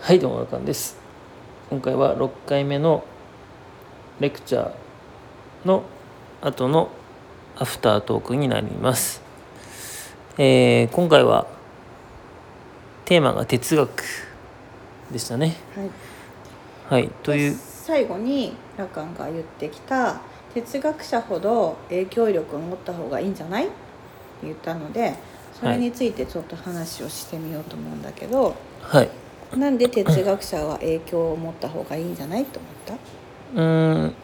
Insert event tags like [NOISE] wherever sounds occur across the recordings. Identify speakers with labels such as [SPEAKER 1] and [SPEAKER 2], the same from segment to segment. [SPEAKER 1] はいどうもあかんです今回は6回目のレクチャーの後のアフタートークになります、えー今回はテーマが哲学でしたね
[SPEAKER 2] はい、
[SPEAKER 1] はいという
[SPEAKER 2] で最後にラカンが言ってきた哲学者ほど影響力を持った方がいいんじゃないって言ったのでそれについてちょっと話をしてみようと思うんだけど、
[SPEAKER 1] はい
[SPEAKER 2] なんで哲学者は影響を持った方がいいんじゃないと思っ
[SPEAKER 1] うーん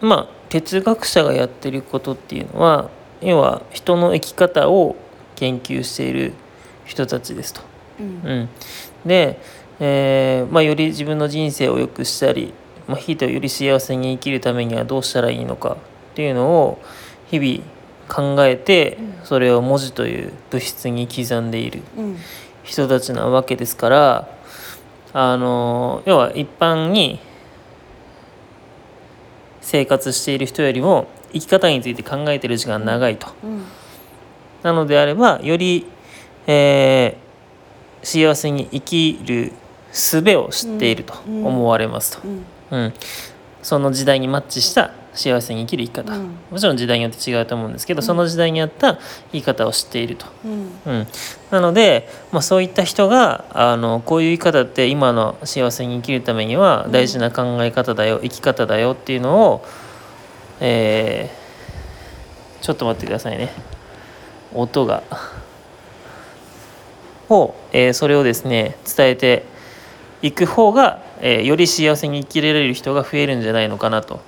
[SPEAKER 1] まあ哲学者がやってることっていうのは要は人の生き方を研究している人たちですと。
[SPEAKER 2] た、うん
[SPEAKER 1] うん、で、えーまあ、より自分の人生を良くしたり、まあ、人をより幸せに生きるためにはどうしたらいいのかっていうのを日々考えて
[SPEAKER 2] うん
[SPEAKER 1] それを文字という物質に刻んでいる
[SPEAKER 2] うん
[SPEAKER 1] 人たちなわけですからあの要は一般に生活している人よりも生き方について考えてる時間が長いと。
[SPEAKER 2] うん
[SPEAKER 1] なのであればより、えー幸せに生きる術を知っていると
[SPEAKER 2] うん
[SPEAKER 1] 思われますと、
[SPEAKER 2] うん
[SPEAKER 1] うんその時代にマッチした幸せに生きる生き方、
[SPEAKER 2] うん
[SPEAKER 1] もちろん時代によって違うと思うんですけど、その時代に合った生き方を知っていると。
[SPEAKER 2] うん
[SPEAKER 1] うん、なので、まあ、そういった人があのこういう生き方って今の幸せに生きるためには大事な考え方だよ、生き方だよっていうのを、えーちょっと待ってくださいね音がを、えーそれをですね伝えていく方が、えーより幸せに生きられる人が増えるんじゃないのかなと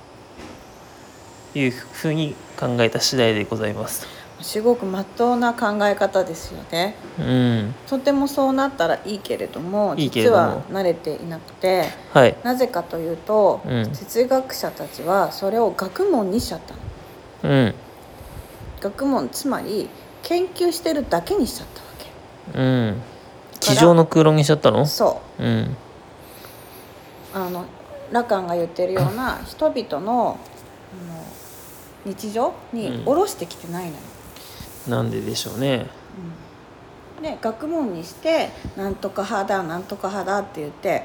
[SPEAKER 1] いうふうに考えた次第でございます。
[SPEAKER 2] すごく真っ当な考え方ですよね
[SPEAKER 1] うん、
[SPEAKER 2] とてもそうなったらいいけれども
[SPEAKER 1] いいけれども
[SPEAKER 2] 実は慣れていなくて
[SPEAKER 1] はい
[SPEAKER 2] なぜかというと、
[SPEAKER 1] うん
[SPEAKER 2] 哲学者たちはそれを学問にしちゃったの
[SPEAKER 1] うん
[SPEAKER 2] 学問つまり研究してるだけにしちゃったわ
[SPEAKER 1] うん机上の空論にしちゃったの
[SPEAKER 2] けそ
[SPEAKER 1] うん
[SPEAKER 2] うあのラカンが言ってるような人々のあの日常
[SPEAKER 1] うん
[SPEAKER 2] に下ろしてきてないのよ、
[SPEAKER 1] なんででしょうね
[SPEAKER 2] うんで学問にしてなんとか派だなんとか派だって言って、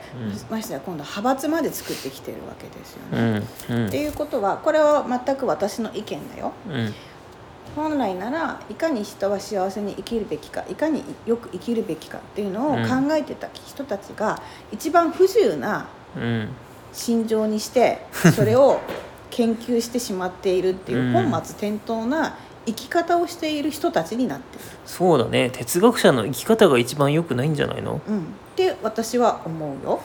[SPEAKER 1] う
[SPEAKER 2] ましてや今度派閥まで作ってきてるわけですよ
[SPEAKER 1] う
[SPEAKER 2] ね。
[SPEAKER 1] んうん
[SPEAKER 2] っていうことはこれは全く私の意見だよ。
[SPEAKER 1] うん
[SPEAKER 2] 本来ならいかに人は幸せに生きるべきかいかによく生きるべきかっていうのを
[SPEAKER 1] うん
[SPEAKER 2] 考えてた人たちが、一番不自由な
[SPEAKER 1] うん
[SPEAKER 2] 心情にしてそれを研究してしまっているっていう
[SPEAKER 1] うん
[SPEAKER 2] 本末転倒な生き方をしている人たちになっている、
[SPEAKER 1] そうだね哲学者の生き方が一番良くないんじゃないの
[SPEAKER 2] うん、って私は思うよ。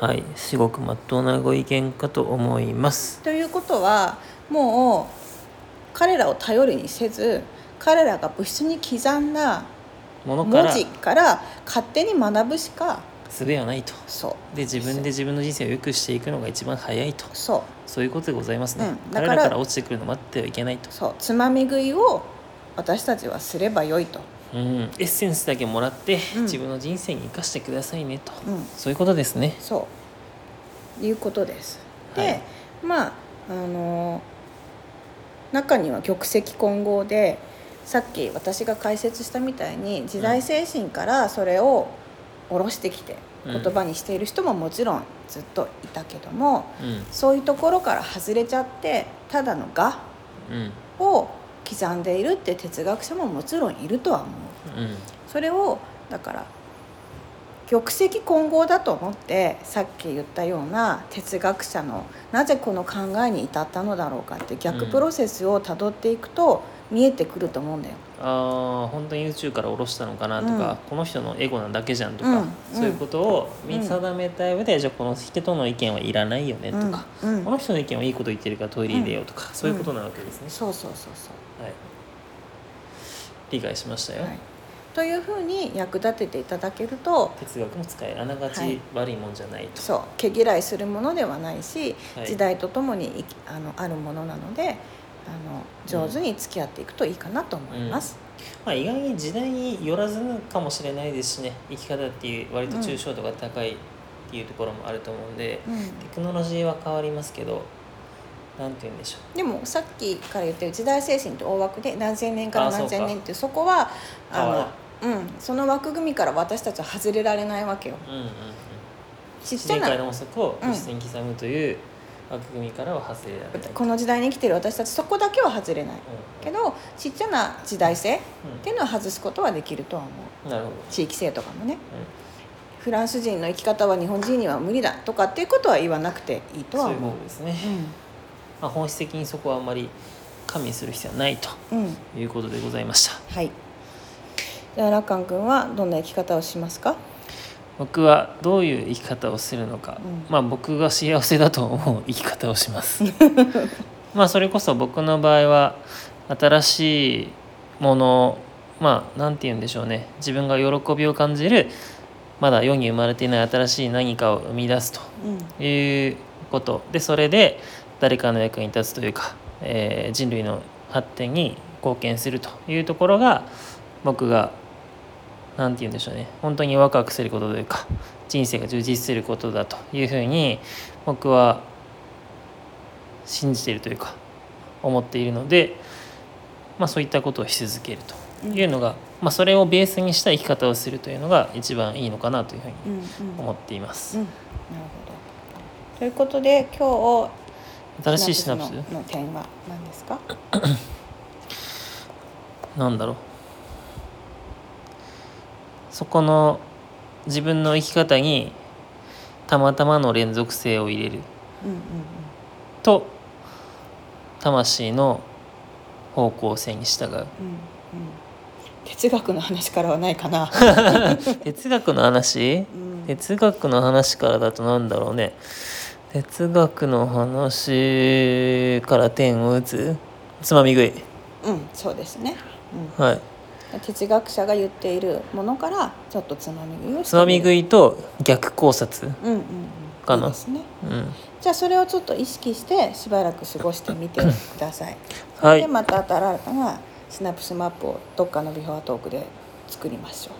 [SPEAKER 1] はいすごくまっとうなご意見かと思います
[SPEAKER 2] ということはもう彼らを頼りにせず彼らが物質に刻んだ
[SPEAKER 1] ものか
[SPEAKER 2] 文
[SPEAKER 1] ら
[SPEAKER 2] 字から勝手に学ぶしか
[SPEAKER 1] 術はないと
[SPEAKER 2] そう
[SPEAKER 1] で自分で自分の人生を良くしていくのが一番早いと
[SPEAKER 2] そう
[SPEAKER 1] そういうことでございますね、
[SPEAKER 2] うんだ
[SPEAKER 1] 彼
[SPEAKER 2] から
[SPEAKER 1] らから落ちてくるの待ってはいけないと、
[SPEAKER 2] そうつまみ食いを私たちはすればよいと、
[SPEAKER 1] うん、エッセンスだけもらって、
[SPEAKER 2] うん
[SPEAKER 1] 自分の人生に生かしてくださいねと、
[SPEAKER 2] うん、
[SPEAKER 1] そういうことですね
[SPEAKER 2] そういうことです。で、
[SPEAKER 1] はい
[SPEAKER 2] まああの中には玉石混合でさっき私が解説したみたいに時代精神からそれを下ろしてきて
[SPEAKER 1] うん
[SPEAKER 2] 言葉にしている人ももちろんずっといたけども、
[SPEAKER 1] うん
[SPEAKER 2] そういうところから外れちゃってただの「が
[SPEAKER 1] うん」
[SPEAKER 2] を刻んでいるって哲学者ももちろんいるとは思う。
[SPEAKER 1] うん
[SPEAKER 2] それをだから玉石混合だと思ってさっき言ったような哲学者のなぜこの考えに至ったのだろうかって
[SPEAKER 1] う
[SPEAKER 2] 逆
[SPEAKER 1] ん
[SPEAKER 2] プロセスをたどっていくと見えてくると思うんだよ。
[SPEAKER 1] あー本当に宇宙から下ろしたのかなとか、
[SPEAKER 2] うん
[SPEAKER 1] この人のエゴなだけじゃんとか、
[SPEAKER 2] うん
[SPEAKER 1] そういうことを見
[SPEAKER 2] うん
[SPEAKER 1] 定めた上で、じゃあこの人との意見はいらないよねとか、
[SPEAKER 2] うんうん
[SPEAKER 1] この人の意見はいいこと言ってるからトイレ入れようとか、そういうことなわけですね、
[SPEAKER 2] そうそうそうそ
[SPEAKER 1] はい、理解しましたよ、
[SPEAKER 2] う、はい、というふうに役立てていただけると
[SPEAKER 1] 哲学も使えあなが
[SPEAKER 2] は
[SPEAKER 1] ち
[SPEAKER 2] い
[SPEAKER 1] 悪いもんじゃないと、
[SPEAKER 2] そう毛嫌いするものではないし、
[SPEAKER 1] はい
[SPEAKER 2] 時代とともにいきあのあるものなのであの上手に付き合っていくといいかなと思います。
[SPEAKER 1] まあ、意外に時代によらずかもしれないですしね生き方っていう割と抽象度が高いっていうところもあると思うんで、
[SPEAKER 2] うん
[SPEAKER 1] テクノロジーは変わりますけどなんて言うんでしょう
[SPEAKER 2] でもさっきから言ってる時代精神と大枠で何千年から
[SPEAKER 1] あそうか
[SPEAKER 2] 何千年っていうそこは
[SPEAKER 1] 変わら
[SPEAKER 2] あの、うん、その枠組みから私たちは外れられないわけよ
[SPEAKER 1] うんうんうん
[SPEAKER 2] ちっちゃ
[SPEAKER 1] 前
[SPEAKER 2] な
[SPEAKER 1] 回の法則を
[SPEAKER 2] うん
[SPEAKER 1] 実践に刻むという枠組みからは派生である
[SPEAKER 2] この時代に生きてる私たちそこだけは外れないけどちっちゃな時代性っていうのは外すことはできるとは思う
[SPEAKER 1] うんなるほど、
[SPEAKER 2] 地域性とかもねフランス人の生き方は日本人には無理だとかっていうことは言わなくていいと
[SPEAKER 1] うん、
[SPEAKER 2] は
[SPEAKER 1] そういうこ
[SPEAKER 2] 思う
[SPEAKER 1] とですね、まあ、本質的にそこはあんまり加味する必要はないと
[SPEAKER 2] うん、うん、
[SPEAKER 1] いうことでございました
[SPEAKER 2] はいじゃあラッカン君はどんな生き方をしますか
[SPEAKER 1] 僕はどういう生き方をするのか、
[SPEAKER 2] うん
[SPEAKER 1] まあ僕が幸せだと思う生き方をします
[SPEAKER 2] [LAUGHS]
[SPEAKER 1] [LAUGHS] まあそれこそ僕の場合は新しいものまあ何て言うんでしょうね自分が喜びを感じるまだ世に生まれていない新しい何かを生み出す
[SPEAKER 2] うん
[SPEAKER 1] ということでそれで誰かの役に立つというか、えー人類の発展に貢献するというところが僕が何て言うんでしょうね本当にワクワクすることというか人生が充実することだというふうに僕は信じているというか思っているので、まあ、そういったことをし続けるというのが、まあ、それをベースにした生き方をするというのが一番いいのかなというふうに
[SPEAKER 2] うんうん
[SPEAKER 1] 思っています。
[SPEAKER 2] うんなるほどということで今日
[SPEAKER 1] 新しいシナプス
[SPEAKER 2] のの点は何ですか
[SPEAKER 1] なんだろうそこの自分の生き方にたまたまの連続性を入れる
[SPEAKER 2] うんうん
[SPEAKER 1] と魂の方向性に従う
[SPEAKER 2] うんうんうん哲学の話からはない
[SPEAKER 1] [LAUGHS]
[SPEAKER 2] かな、
[SPEAKER 1] 哲学の話
[SPEAKER 2] うん
[SPEAKER 1] 哲学の話からだとなんだろうね哲学の話から点を打つつまみ食い
[SPEAKER 2] うん、そうですね、
[SPEAKER 1] はい
[SPEAKER 2] うん、哲学者が言っているものからちょっとつまみ食いをし
[SPEAKER 1] つまみ食
[SPEAKER 2] い
[SPEAKER 1] いと逆考察
[SPEAKER 2] うんうんうん
[SPEAKER 1] かない
[SPEAKER 2] いですね
[SPEAKER 1] うん
[SPEAKER 2] じゃあそれをちょっと意識してしばらく過ごしてみてください
[SPEAKER 1] は
[SPEAKER 2] で
[SPEAKER 1] い
[SPEAKER 2] また新たなシナプスマップをどっかのビフォートークで作りましょう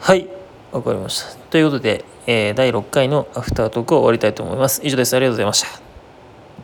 [SPEAKER 1] はいわかりましたということで、えー第6回のアフタートークを終わりたいと思います以上ですありがとうございました